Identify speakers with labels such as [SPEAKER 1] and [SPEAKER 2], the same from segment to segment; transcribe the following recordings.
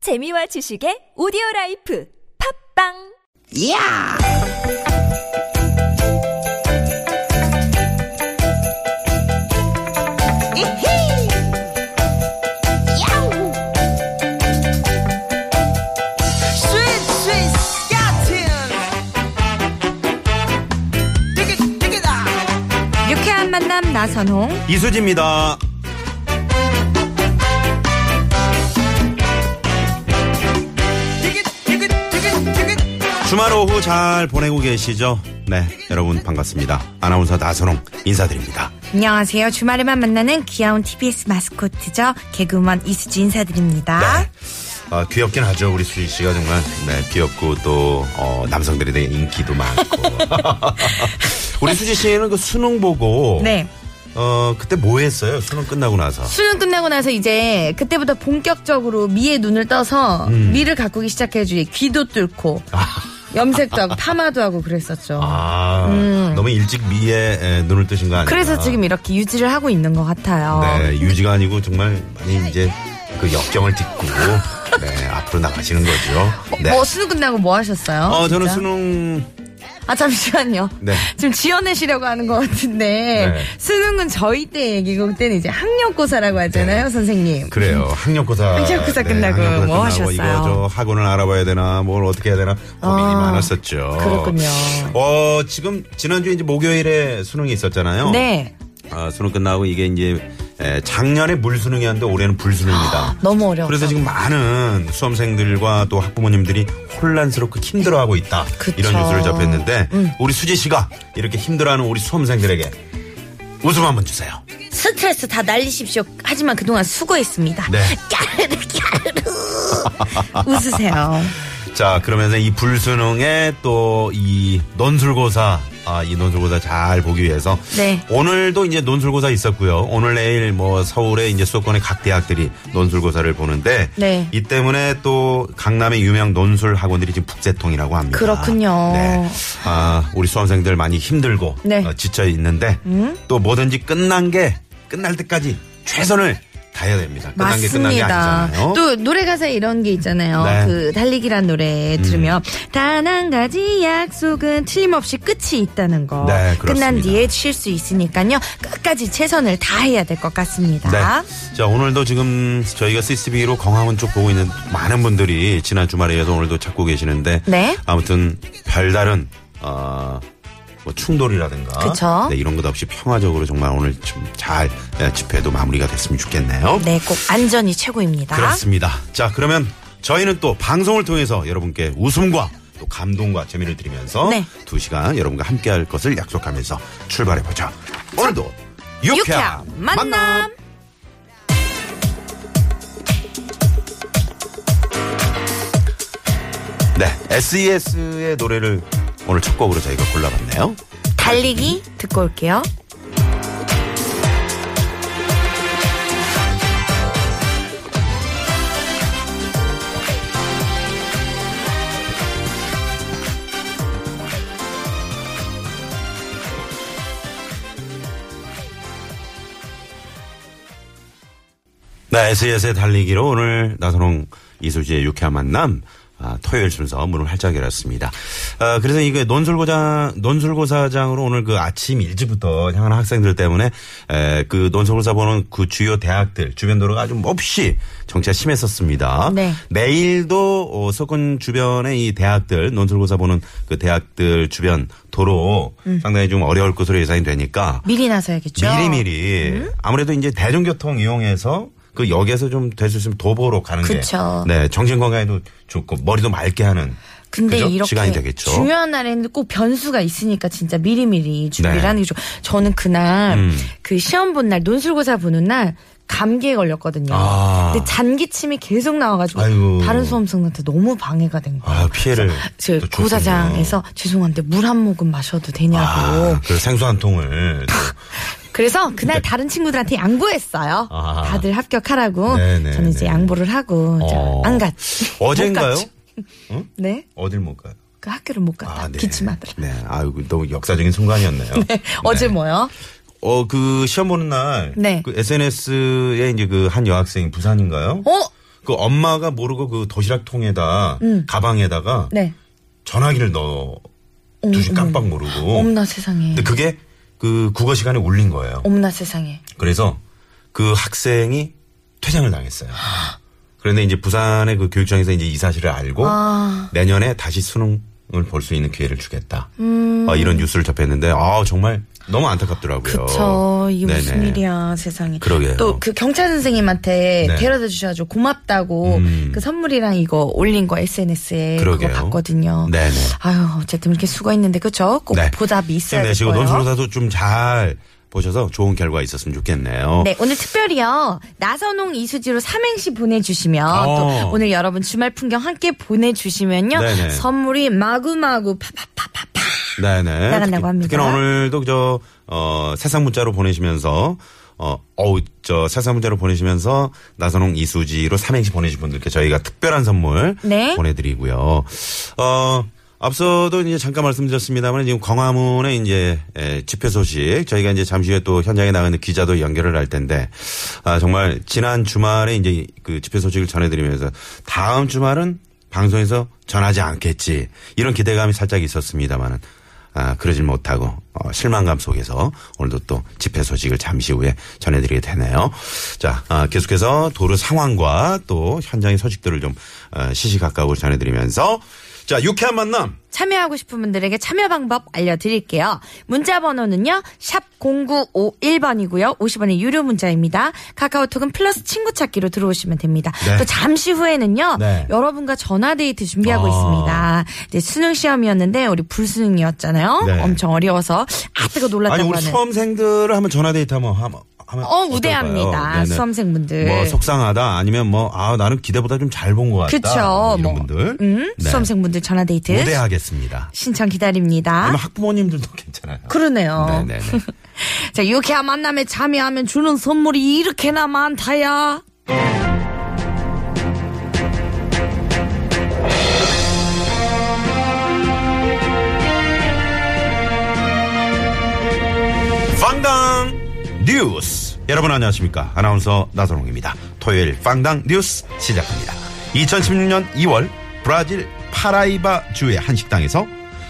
[SPEAKER 1] 재미와 지식의 오디오 라이프 팝빵
[SPEAKER 2] 야! 이히! 야우! 스윗, 스윗, 야틴! 띠기, 띠기다!
[SPEAKER 3] 유쾌한 만남 나선홍.
[SPEAKER 4] 이수지입니다.
[SPEAKER 2] 띠기, 띠기, 띠기, 띠기.
[SPEAKER 4] 주말 오후 잘 보내고 계시죠? 네, 여러분 반갑습니다. 아나운서 나선홍 인사드립니다.
[SPEAKER 3] 안녕하세요. 주말에만 만나는 귀여운 TBS 마스코트죠. 개그우먼 이수지 인사드립니다.
[SPEAKER 4] 아, 귀엽긴 하죠. 우리 수지 씨가 정말 네, 귀엽고 또 어, 남성들에 대한 인기도 많고. 우리 수지 씨는 그 수능 보고
[SPEAKER 3] 네.
[SPEAKER 4] 어, 그때 뭐 했어요? 수능 끝나고 나서.
[SPEAKER 3] 수능 끝나고 나서 이제 그때부터 본격적으로 미의 눈을 떠서
[SPEAKER 4] 음.
[SPEAKER 3] 미를 가꾸기 시작해주니 귀도 뚫고 염색도 하고 파마도 하고 그랬었죠.
[SPEAKER 4] 아, 너무 일찍 미에 에, 눈을 뜨신 거 아니에요?
[SPEAKER 3] 그래서 지금 어. 이렇게 유지를 하고 있는 것 같아요.
[SPEAKER 4] 네, 유지가 아니고 정말 많이 이제 그 역경을 딛고 네, 앞으로 나가시는 거죠. 네.
[SPEAKER 3] 어, 수능 끝나고 뭐 하셨어요?
[SPEAKER 4] 어, 저는
[SPEAKER 3] 진짜?
[SPEAKER 4] 수능
[SPEAKER 3] 아 잠시만요.
[SPEAKER 4] 네.
[SPEAKER 3] 지금 지어내시려고 하는 것 같은데
[SPEAKER 4] 네.
[SPEAKER 3] 수능은 저희 때 얘기고 그때는 이제 학력고사라고 하잖아요,
[SPEAKER 4] 네.
[SPEAKER 3] 선생님.
[SPEAKER 4] 그래요. 학력고사. 네,
[SPEAKER 3] 학력고사 끝나고
[SPEAKER 4] 학력고사
[SPEAKER 3] 뭐 하셨어요?
[SPEAKER 4] 이거 저 학원을 알아봐야 되나, 뭘 어떻게 해야 되나 고민이
[SPEAKER 3] 아,
[SPEAKER 4] 많았었죠.
[SPEAKER 3] 그렇군요.
[SPEAKER 4] 어, 지금 지난주 이제 목요일에 수능이 있었잖아요.
[SPEAKER 3] 네.
[SPEAKER 4] 아, 수능 끝나고 이게 이제 에, 작년에 물수능이었는데 올해는 불수능입니다.
[SPEAKER 3] 아, 너무 어려워.
[SPEAKER 4] 그래서 지금 많은 수험생들과 또 학부모님들이 혼란스럽고 힘들어하고 있다.
[SPEAKER 3] 그쵸. 음.
[SPEAKER 4] 이런 뉴스를 접했는데 우리 수지 씨가 이렇게 힘들어하는 우리 수험생들에게 웃음 한번 주세요.
[SPEAKER 3] 스트레스 다 날리십시오. 하지만 그동안 수고했습니다.
[SPEAKER 4] 네.
[SPEAKER 3] 까르르 까르르. 웃으세요.
[SPEAKER 4] 자, 그러면서 이 불수능의 또 이 논술고사, 아, 이 논술고사 잘 보기 위해서.
[SPEAKER 3] 네.
[SPEAKER 4] 오늘도 이제 논술고사 있었고요. 오늘 내일 뭐 서울의 이제 수도권의 각 대학들이 논술고사를 보는데.
[SPEAKER 3] 네.
[SPEAKER 4] 이 때문에 또 강남의 유명 논술 학원들이 지금 북새통이라고 합니다.
[SPEAKER 3] 그렇군요.
[SPEAKER 4] 네. 아, 우리 수험생들 많이 힘들고.
[SPEAKER 3] 네. 음?
[SPEAKER 4] 어, 지쳐 있는데. 또 뭐든지 끝난 게 끝날 때까지 최선을 다해야 됩니다. 끝난 게 끝난 게
[SPEAKER 3] 맞습니다.
[SPEAKER 4] 아니잖아요.
[SPEAKER 3] 또 노래 가사에 이런 게 있잖아요.
[SPEAKER 4] 네. 음.
[SPEAKER 3] 그 달리기란 노래 들으면 단 한 가지 약속은 틀림없이 끝이 있다는 거.
[SPEAKER 4] 네, 그렇습니다.
[SPEAKER 3] 끝난 뒤에 쉴 수 있으니까요. 끝까지 최선을 다해야 될 것 같습니다.
[SPEAKER 4] 네. 자, 오늘도 지금 저희가 CCTV로 광화문 쪽 보고 있는 많은 분들이 지난 주말에 이어서 오늘도 찾고 계시는데.
[SPEAKER 3] 네.
[SPEAKER 4] 아무튼 별다른, 어, 뭐 충돌이라든가.
[SPEAKER 3] 그쵸.
[SPEAKER 4] 네, 이런 것 없이 평화적으로 정말 오늘 좀 잘 네, 집회도 마무리가 됐으면 좋겠네요.
[SPEAKER 3] 네, 꼭 안전이 최고입니다.
[SPEAKER 4] 그렇습니다. 자, 그러면 저희는 또 방송을 통해서 여러분께 웃음과 또 감동과 재미를 드리면서
[SPEAKER 3] 네.
[SPEAKER 4] 두 시간 여러분과 함께 할 것을 약속하면서 출발해보죠. 오늘도 유쾌한
[SPEAKER 3] 유쾌한 만남.
[SPEAKER 4] 네, SES의 노래를 오늘 첫 곡으로 저희가 골라봤네요.
[SPEAKER 3] 달리기 듣고 올게요.
[SPEAKER 4] 네, SES의 달리기로 오늘 나선홍 이수지의 유쾌한 만남 아, 토요일 순서 문을 활짝 열었습니다. 아, 그래서 이거 논술고장 논술고사장으로 오늘 그 아침 일찍부터 향하는 학생들 때문에 에, 그 논술고사 보는 그 주요 대학들 주변 도로가 아주 몹시 정체가 심했었습니다.
[SPEAKER 3] 네.
[SPEAKER 4] 내일도 어, 서군 주변의 이 대학들 논술고사 보는 그 대학들 주변 도로 상당히 좀 어려울 것으로 예상이 되니까
[SPEAKER 3] 미리 나서야겠죠. 음?
[SPEAKER 4] 미리미리 아무래도 이제 대중교통 이용해서 그 역에서 좀 될 수 있으면 도보로 가는
[SPEAKER 3] 그쵸.
[SPEAKER 4] 게 네, 정신 건강에도 좋고 머리도 맑게 하는
[SPEAKER 3] 근데
[SPEAKER 4] 그죠?
[SPEAKER 3] 이렇게
[SPEAKER 4] 시간이 되겠죠.
[SPEAKER 3] 중요한 날에는 꼭 변수가 있으니까 진짜 미리미리 준비를
[SPEAKER 4] 네. 음.
[SPEAKER 3] 하는 게 좋. 저는 그날 그 시험 본 날 논술고사 보는 날 감기에 걸렸거든요.
[SPEAKER 4] 아.
[SPEAKER 3] 근데 잔기침이 계속 나와가지고
[SPEAKER 4] 아이고.
[SPEAKER 3] 다른 수험생한테 너무 방해가 된 거예요.
[SPEAKER 4] 아, 피해를
[SPEAKER 3] 제
[SPEAKER 4] 또 줬군요.
[SPEAKER 3] 고사장에서 죄송한데 물 한 모금 마셔도 되냐고.
[SPEAKER 4] 아, 그 생수 한 통을 또.
[SPEAKER 3] 그래서 그날 다른 친구들한테 양보했어요.
[SPEAKER 4] 네. 아.
[SPEAKER 3] 다들 합격하라고.
[SPEAKER 4] 네, 네,
[SPEAKER 3] 저는 이제
[SPEAKER 4] 네.
[SPEAKER 3] 양보를 하고 이제
[SPEAKER 4] 어.
[SPEAKER 3] 안 갔. 못
[SPEAKER 4] 어젠가요?
[SPEAKER 3] 갔죠. 네.
[SPEAKER 4] 어딜 못 가요? 아,
[SPEAKER 3] 그 학교를 못 갔다. 기침하더라.
[SPEAKER 4] 네. 아이고 너무 역사적인 순간이었네요. 네.
[SPEAKER 3] 어제 뭐요?
[SPEAKER 4] 어, 그 시험 보는 날
[SPEAKER 3] 네.
[SPEAKER 4] 그 SNS에 이제 그 한 여학생이 부산인가요?
[SPEAKER 3] 어?
[SPEAKER 4] 그 엄마가 모르고 그 도시락 통에다
[SPEAKER 3] 음.
[SPEAKER 4] 가방에다가
[SPEAKER 3] 네.
[SPEAKER 4] 전화기를 넣어
[SPEAKER 3] 음,
[SPEAKER 4] 두신 깜빡 모르고.
[SPEAKER 3] 어머나 세상에.
[SPEAKER 4] 근데 그게 그 국어 시간에 울린 거예요.
[SPEAKER 3] 어머나 세상에.
[SPEAKER 4] 그래서 그 학생이 퇴장을 당했어요. 그런데 이제 부산의 그 교육청에서 이제 이 사실을 알고
[SPEAKER 3] 아.
[SPEAKER 4] 내년에 다시 수능을 볼 수 있는 기회를 주겠다.
[SPEAKER 3] 음.
[SPEAKER 4] 어, 이런 뉴스를 접했는데 아 정말 너무 안타깝더라고요.
[SPEAKER 3] 그쵸. 이게 무슨
[SPEAKER 4] 어. 네네.
[SPEAKER 3] 일이야, 세상에.
[SPEAKER 4] 그러게요.
[SPEAKER 3] 또 그 경찰 선생님한테
[SPEAKER 4] 네.
[SPEAKER 3] 데려다 주셔가지고 고맙다고
[SPEAKER 4] 음.
[SPEAKER 3] 그 선물이랑 이거 올린 거 SNS에 네, 그거
[SPEAKER 4] 그러게요.
[SPEAKER 3] 봤거든요.
[SPEAKER 4] 네네. 네.
[SPEAKER 3] 아유, 어쨌든 이렇게 수고했는데, 그쵸? 꼭 보답이 있어야 될
[SPEAKER 4] 힘내시고
[SPEAKER 3] 거예요.
[SPEAKER 4] 논술사도 좀 잘 보셔서 좋은 결과 있었으면 좋겠네요.
[SPEAKER 3] 네, 오늘 특별히요. 나선홍 이수지로 삼행시 보내주시면
[SPEAKER 4] 어.
[SPEAKER 3] 또 오늘 여러분 주말 풍경 함께 보내주시면요.
[SPEAKER 4] 네네.
[SPEAKER 3] 선물이 마구마구 파파파파파.
[SPEAKER 4] 네네.
[SPEAKER 3] 나간다고
[SPEAKER 4] 특히-
[SPEAKER 3] 합니다.
[SPEAKER 4] 특히나 오늘도 저, 어, 세상 문자로 보내시면서, 어, 어우, 저, 세상 문자로 보내시면서 나선홍 이수지로 삼행시 보내신 분들께 저희가 특별한 선물.
[SPEAKER 3] 네.
[SPEAKER 4] 보내드리고요. 어, 앞서도 이제 잠깐 말씀드렸습니다만 지금 광화문의 이제 에, 집회 소식 저희가 이제 잠시 후에 또 현장에 나가는 기자도 연결을 할 텐데 아, 정말 지난 주말에 이제 그 집회 소식을 전해드리면서 다음 주말은 방송에서 전하지 않겠지 이런 기대감이 살짝 있었습니다만은 아, 그러질 못하고 어, 실망감 속에서 오늘도 또 집회 소식을 잠시 후에 전해드리게 되네요. 자, 아, 계속해서 도로 상황과 또 현장의 소식들을 좀 어, 시시각각으로 전해드리면서 자, 유쾌한 만남.
[SPEAKER 3] 참여하고 싶은 분들에게 참여 방법 알려드릴게요. 문자 번호는요. 샵 0951번이고요. 50원의 유료 문자입니다. 카카오톡은 플러스 친구 찾기로 들어오시면 됩니다.
[SPEAKER 4] 네.
[SPEAKER 3] 또 잠시 후에는요.
[SPEAKER 4] 네.
[SPEAKER 3] 여러분과 전화데이트 준비하고
[SPEAKER 4] 아.
[SPEAKER 3] 있습니다. 이제 수능 시험이었는데 우리 불수능이었잖아요.
[SPEAKER 4] 네.
[SPEAKER 3] 엄청 어려워서 아 뜨거 놀랐다고
[SPEAKER 4] 아니, 우리
[SPEAKER 3] 하는.
[SPEAKER 4] 수험생들을 한번 전화데이트 한번 하면 뭐, 하면
[SPEAKER 3] 어, 우대합니다.
[SPEAKER 4] 어떨까요? 네네.
[SPEAKER 3] 수험생분들.
[SPEAKER 4] 뭐 속상하다 아니면 뭐 아 나는 기대보다 좀 잘 본 것 같다
[SPEAKER 3] 그쵸.
[SPEAKER 4] 이런
[SPEAKER 3] 뭐,
[SPEAKER 4] 분들
[SPEAKER 3] 음,
[SPEAKER 4] 네.
[SPEAKER 3] 수험생분들 전화데이트.
[SPEAKER 4] 우대하겠습니다.
[SPEAKER 3] 신청 기다립니다.
[SPEAKER 4] 아니면 학부모님들도 괜찮아요.
[SPEAKER 3] 그러네요.
[SPEAKER 4] 네네네.
[SPEAKER 3] 자, 유쾌한 만남에 참여하면 주는 선물이 이렇게나 많다야.
[SPEAKER 4] 빵당 뉴스 여러분 안녕하십니까 아나운서 나선홍입니다 토요일 빵당 뉴스 시작합니다 2016년 2월 브라질 파라이바 주의 한 식당에서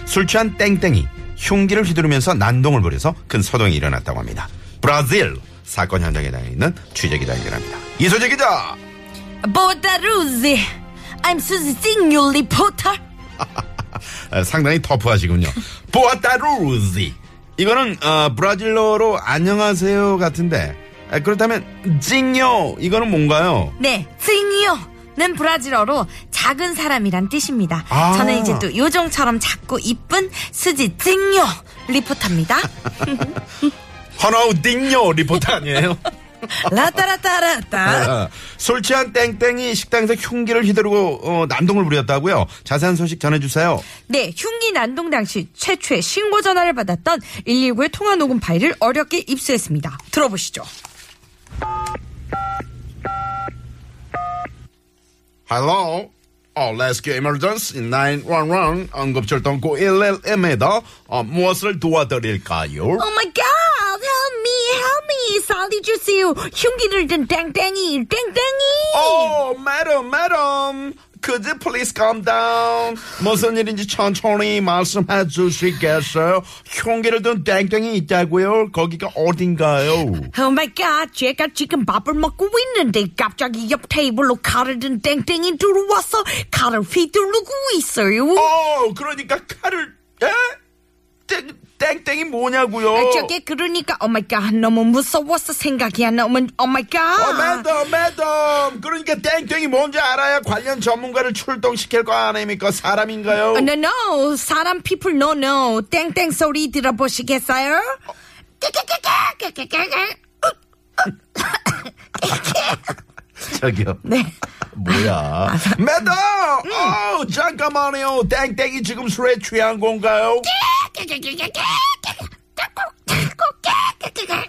[SPEAKER 4] 술 취한 땡땡이 흉기를 휘두르면서 난동을 벌여서 큰 소동이 일어났다고 합니다 브라질 사건 현장에 다녀 있는 취재 기자 연결합니다 이소재 기자
[SPEAKER 3] 보다루지. I'm Suzy Sing, your reporter.
[SPEAKER 4] 아, 상당히 터프하시군요 보아따루지 이거는 어, 브라질어로 안녕하세요 같은데 아, 그렇다면 징요 이거는 뭔가요?
[SPEAKER 3] 네, 찡이요. 는 브라질어로 작은 사람이란 뜻입니다.
[SPEAKER 4] 아.
[SPEAKER 3] 저는 이제 또 요정처럼 작고 이쁜 수지 찡요 리포터입니다.
[SPEAKER 4] 허나우딩요 리포터 아니에요?
[SPEAKER 5] 네.
[SPEAKER 3] 라따라따라따.
[SPEAKER 4] 아, 술 취한 땡땡이 식당에서 흉기를 휘두르고 어, 난동을 부렸다고요? 자세한 소식 전해주세요.
[SPEAKER 3] 네, 흉기 난동 당시 최초의 신고 전화를 받았던 119의 통화 녹음 파일을 어렵게 입수했습니다. 들어보시죠.
[SPEAKER 5] Hello. 어, 레스큐 에머전스 911 응급출동 911입니다. 어, 무엇을 도와드릴까요?
[SPEAKER 3] Oh my god, help me, help me, 살려주세요. 흉기를 든 땡땡이, 땡땡이.
[SPEAKER 4] Oh.
[SPEAKER 5] 오, Oh, madam, madam. Could you please calm down? 무슨 일인지 천천히 말씀해 주시겠어요? 흉기를 든 땡땡이 있다고요? 거기가 어딘가요?
[SPEAKER 3] Oh my god, 제가 지금 밥을 먹고 있는데 갑자기 옆 테이블로 칼을 든 땡땡이 들어와서 칼을 휘두르고 있어요.
[SPEAKER 4] Oh.
[SPEAKER 5] 오, 그러니까 칼을 에? 땡, 땡땡이 뭐냐고요?
[SPEAKER 3] 아, 저게 그러니까 oh my god 너무 무서워서 생각이 안 나면 oh my god.
[SPEAKER 5] 어, 매덤, 매덤. 그러니까 땡땡이 뭔지 알아야 관련 전문가를 출동시킬 거 아닙니까? 사람인가요?
[SPEAKER 3] 어, No, no. 사람 people no, no. 땡땡 소리 들어보시겠어요? 깨깨깨깨깨깨깨.
[SPEAKER 5] 저기요.
[SPEAKER 3] 네.
[SPEAKER 5] 뭐야. 매덤! 어, 잠깐만요. 땡땡이 지금 술에 취한 건가요?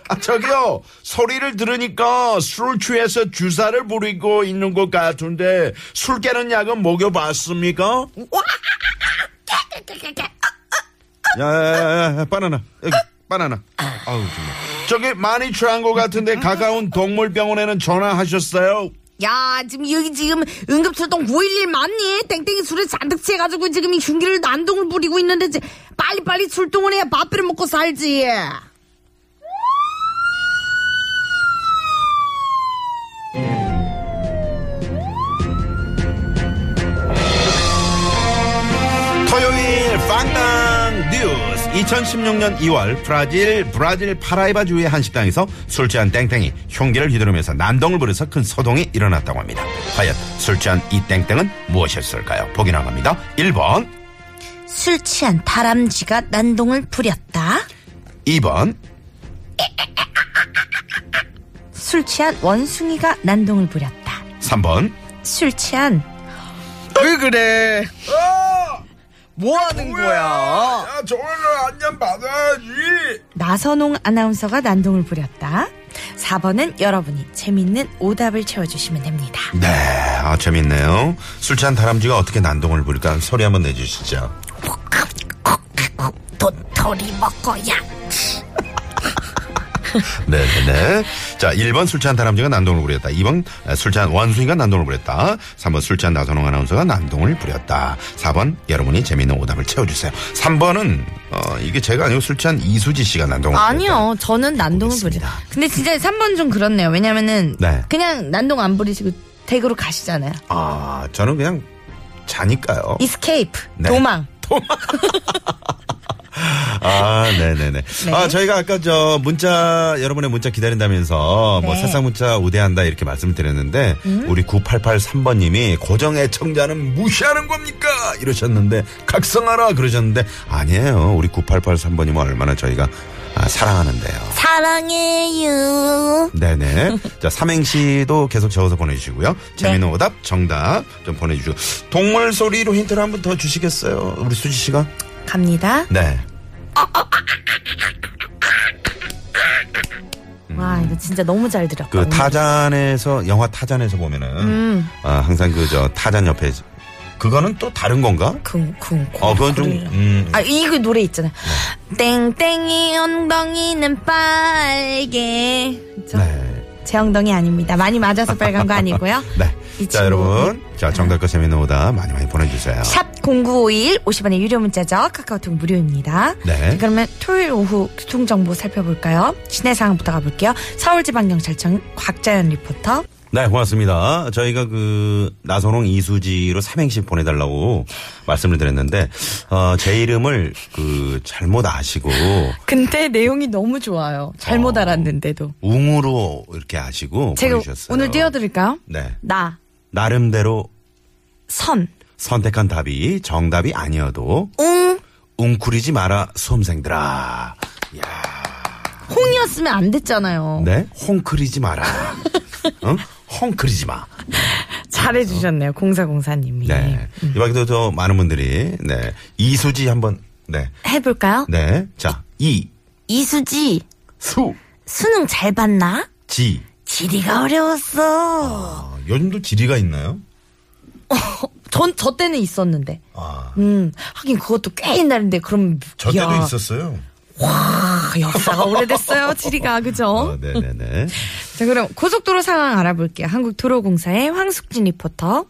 [SPEAKER 5] 아, 저기요. 소리를 들으니까 술 취해서 주사를 부리고 있는 것 같은데 술 깨는 약은 먹여봤습니까?
[SPEAKER 4] 야야야야 바나나 여기 바나나. 아우 정말.
[SPEAKER 5] 저기 많이 취한 것 같은데 가까운 동물병원에는 전화하셨어요?
[SPEAKER 3] 야, 지금 여기 지금 응급출동 911 맞니? 땡땡이 술에 잔뜩 취해가지고 지금 이 흉기를 난동을 부리고 있는데 이제 빨리빨리 출동을 해야 밥비를 먹고 살지.
[SPEAKER 5] 토요일 빵당 뉴스 2016년 2월 브라질 브라질 파라이바 주의 한 식당에서 술 취한 땡땡이 흉기를 휘두르면서 난동을 부려서 큰 소동이 일어났다고 합니다. 과연 술 취한 이 땡땡은 무엇이었을까요? 보기 나갑니다. 1번,
[SPEAKER 3] 술 취한 다람쥐가 난동을 부렸다.
[SPEAKER 5] 2번,
[SPEAKER 3] 술 취한 원숭이가 난동을 부렸다.
[SPEAKER 5] 3번,
[SPEAKER 3] 술 취한
[SPEAKER 2] 왜 그래? 뭐 하는
[SPEAKER 3] 어.
[SPEAKER 2] 거야?
[SPEAKER 5] 야, 저거를 안전 받아야지.
[SPEAKER 3] 나선홍 아나운서가 난동을 부렸다. 4번은 여러분이 재밌는 오답을 채워주시면 됩니다.
[SPEAKER 5] 네, 아, 재밌네요. 술 취한 다람쥐가 어떻게 난동을 부릴까? 소리 한번 내주시죠.
[SPEAKER 3] 도토리 먹고야.
[SPEAKER 5] 네, 네, 네. 자, 1번 술 취한 다람쥐가 난동을 부렸다. 2번 술 취한 원숭이가 난동을 부렸다. 3번 술 취한 나선홍 아나운서가 난동을 부렸다. 4번 여러분이 재미있는 오답을 채워주세요. 3번은 어, 이게 제가 아니고 술 취한 이수지 씨가 난동을 부렸다.
[SPEAKER 3] 아니요, 저는 난동을 부려.
[SPEAKER 5] 알겠습니다.
[SPEAKER 3] 근데 진짜 3번 좀 그렇네요. 왜냐면은
[SPEAKER 5] 네.
[SPEAKER 3] 그냥 난동 안 부리시고 댁으로 가시잖아요.
[SPEAKER 5] 아, 저는 그냥 자니까요.
[SPEAKER 3] 이스케이프,
[SPEAKER 5] 네.
[SPEAKER 3] 도망.
[SPEAKER 5] 아, 네네네. 아, 저희가 아까 저 문자, 여러분의 문자 기다린다면서 뭐
[SPEAKER 3] 네.
[SPEAKER 5] 세상 문자 우대한다 이렇게 말씀을 드렸는데 우리 9883번님이 고정 애청자는 무시하는 겁니까? 이러셨는데 각성하라 그러셨는데 아니에요. 우리 9883번님은 얼마나 저희가 아, 사랑하는데요.
[SPEAKER 3] 사랑해요.
[SPEAKER 5] 네네. 자, 삼행시도 계속 적어서 보내주시고요. 재미있는 오답, 정답 좀 보내주시고. 동물 소리로 힌트를 한 번 더 주시겠어요? 우리 수지 씨가?
[SPEAKER 3] 갑니다.
[SPEAKER 5] 네.
[SPEAKER 3] 와, 이거 진짜 너무 잘 들었다.
[SPEAKER 5] 음. 그 타잔에서 영화 타잔에서 보면은
[SPEAKER 3] 음.
[SPEAKER 5] 아, 항상 그 저 타잔 옆에 그거는 또 다른 건가?
[SPEAKER 3] 쿵쿵.
[SPEAKER 5] 어 그건 좀 음, 네.
[SPEAKER 3] 아, 이거 노래 있잖아. 땡땡이 엉덩이는 빨개. 저,
[SPEAKER 5] 네.
[SPEAKER 3] 제 엉덩이 아닙니다. 많이 맞아서 빨간 거 아니고요.
[SPEAKER 5] 네.
[SPEAKER 3] 이
[SPEAKER 5] 자
[SPEAKER 3] 친구. 아.
[SPEAKER 5] 여러분 자 정답과 재미있는 오다 많이 많이 보내주세요.
[SPEAKER 3] 샵 0951, 50원의 유료 문자죠. 카카오톡 무료입니다.
[SPEAKER 5] 네.
[SPEAKER 3] 자, 그러면 토요일 오후 교통정보 살펴볼까요? 시내 상황부터 가볼게요. 서울지방경찰청 곽자연 리포터.
[SPEAKER 4] 네, 고맙습니다. 저희가 그 나선홍 이수지로 삼행시 보내달라고 말씀을 드렸는데 어, 제 이름을 그 잘못 아시고
[SPEAKER 3] 근데 내용이 너무 좋아요. 잘못
[SPEAKER 4] 어.
[SPEAKER 3] 알았는데도.
[SPEAKER 4] 웅으로 이렇게 아시고
[SPEAKER 3] 제가
[SPEAKER 4] 보내주셨어요.
[SPEAKER 3] 오늘 띄워드릴까요?
[SPEAKER 4] 네,
[SPEAKER 3] 나,
[SPEAKER 4] 나름대로
[SPEAKER 3] 선,
[SPEAKER 4] 선택한 답이 정답이 아니어도
[SPEAKER 3] 웅,
[SPEAKER 4] 웅크리지 마라 수험생들아.
[SPEAKER 3] 홍이었으면 안 됐잖아요.
[SPEAKER 4] 네, 홍크리지 마라. 응? 홍크리지 마.
[SPEAKER 3] 잘해주셨네요. 공사공사님이.
[SPEAKER 4] 네.
[SPEAKER 3] 예. 음.
[SPEAKER 4] 이 밖에도 저 많은 분들이 네 이수지 한번 네
[SPEAKER 3] 해볼까요?
[SPEAKER 4] 네. 자, 이,
[SPEAKER 3] 이수지,
[SPEAKER 4] 수,
[SPEAKER 3] 수능 잘 봤나?
[SPEAKER 4] 지.
[SPEAKER 3] 지리가 어려웠어.
[SPEAKER 4] 아, 요즘도 지리가 있나요?
[SPEAKER 3] 전, 저 때는 있었는데.
[SPEAKER 5] 아,
[SPEAKER 3] 음, 하긴 그것도 꽤 옛날인데, 그럼.
[SPEAKER 5] 저 때도
[SPEAKER 3] 이야,
[SPEAKER 5] 있었어요.
[SPEAKER 3] 아, 역사가 오래됐어요, 지리가. 그죠?
[SPEAKER 4] 아, 네네네.
[SPEAKER 3] 자, 그럼 고속도로 상황 알아볼게요. 한국도로공사의 황숙진 리포터.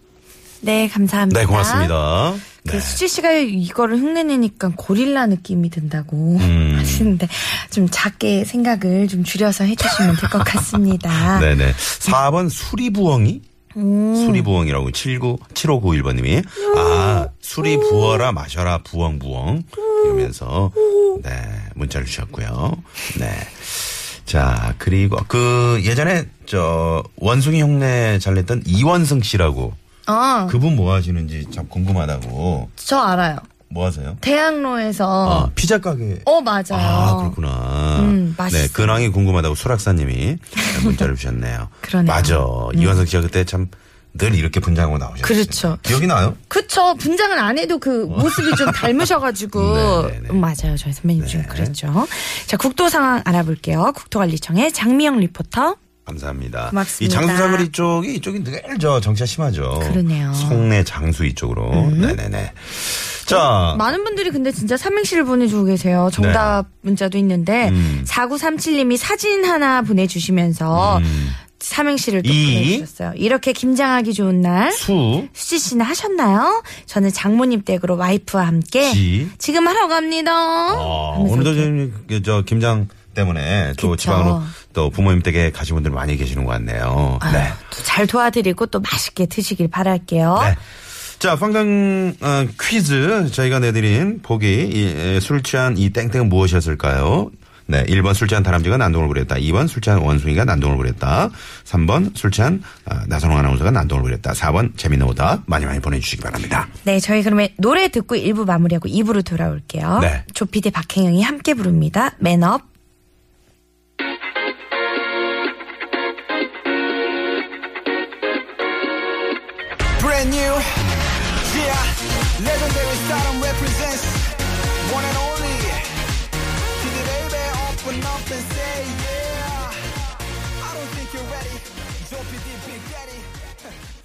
[SPEAKER 3] 네, 감사합니다.
[SPEAKER 4] 네, 고맙습니다. 네.
[SPEAKER 3] 그 수지 씨가 이거를 흉내내니까 고릴라 느낌이 든다고
[SPEAKER 4] 음.
[SPEAKER 3] 하시는데 좀 작게 생각을 좀 줄여서 해주시면 될 것 같습니다.
[SPEAKER 4] 네네. 4번 수리부엉이? 수리부엉이라고 79, 7591번님이. 아, 수리 부어라, 마셔라, 부엉, 부엉. 이러면서, 네, 문자를 주셨고요. 네. 자, 그리고 그 예전에 저 원숭이 흉내 잘 냈던 이원승 씨라고
[SPEAKER 3] 어,
[SPEAKER 4] 그분 뭐 하시는지 참 궁금하다고.
[SPEAKER 3] 저 알아요.
[SPEAKER 4] 뭐 하세요?
[SPEAKER 3] 대학로에서
[SPEAKER 4] 아, 피자 가게.
[SPEAKER 3] 어 맞아요.
[SPEAKER 4] 아, 그렇구나.
[SPEAKER 3] 음, 맛있어.
[SPEAKER 4] 네, 근황이 궁금하다고 수락사님이 문자를 주셨네요.
[SPEAKER 3] 그러네요. 음.
[SPEAKER 4] 맞아. 이완석 씨가 그때 참 늘 이렇게 분장하고 나오셨어요.
[SPEAKER 3] 그렇죠.
[SPEAKER 4] 기억이 나요?
[SPEAKER 3] 그쵸 분장은 안 해도 그 모습이 좀 닮으셔가지고
[SPEAKER 4] 어. 네, 네, 네.
[SPEAKER 3] 음, 맞아요. 저희 선배님 좀 그랬죠. 자 국도 상황 알아볼게요. 국토관리청의 장미영 리포터.
[SPEAKER 4] 감사합니다.
[SPEAKER 3] 고맙습니다.
[SPEAKER 4] 이 장수사거리 쪽이 이쪽이 늘 저 정치가 심하죠.
[SPEAKER 3] 그러네요. 음.
[SPEAKER 4] 송내 장수 이쪽으로. 네네네. 자,
[SPEAKER 3] 많은 분들이 근데 진짜 삼행시를 보내주고 계세요.
[SPEAKER 4] 네. 음.
[SPEAKER 3] 정답 문자도 있는데 4937님이 사진 하나 보내주시면서 삼행시를 또
[SPEAKER 4] 음. 이.
[SPEAKER 3] 보내주셨어요. 이렇게 김장하기 좋은 날.
[SPEAKER 4] 수.
[SPEAKER 3] 수지 씨는 하셨나요? 저는 장모님 댁으로 와이프와 함께
[SPEAKER 4] 지.
[SPEAKER 3] 지금 하러 갑니다.
[SPEAKER 4] 어,
[SPEAKER 3] 하면서
[SPEAKER 4] 오늘도
[SPEAKER 3] 이렇게.
[SPEAKER 4] 지금 그, 저 김장 때문에 또
[SPEAKER 3] 그쵸.
[SPEAKER 4] 지방으로 또 부모님 댁에 가신 분들 많이 계시는 것 같네요.
[SPEAKER 3] 아유,
[SPEAKER 4] 네.
[SPEAKER 3] 또잘 도와드리고 또 맛있게 드시길 바랄게요.
[SPEAKER 4] 네. 자, 황당 어, 퀴즈 저희가 내드린 보기 이, 에, 술 취한 이 땡땡은 무엇이었을까요? 네, 1번 술 취한 다람쥐가 난동을 부렸다. 2번 술 취한 원숭이가 난동을 부렸다. 3번 술 취한 아, 나선홍 아나운서가 난동을 부렸다. 4번 재미있는 오답 많이 많이 보내주시기 바랍니다.
[SPEAKER 3] 네, 저희 그러면 노래 듣고 1부 마무리하고 2부로 돌아올게요.
[SPEAKER 4] 네.
[SPEAKER 3] 조피디 박행영이 함께 부릅니다. 맨업.
[SPEAKER 6] brand new. Yeah, legendary stardom represents one and only. Can you baby open up and say yeah? I don't think you're ready. Don't be deep, big daddy.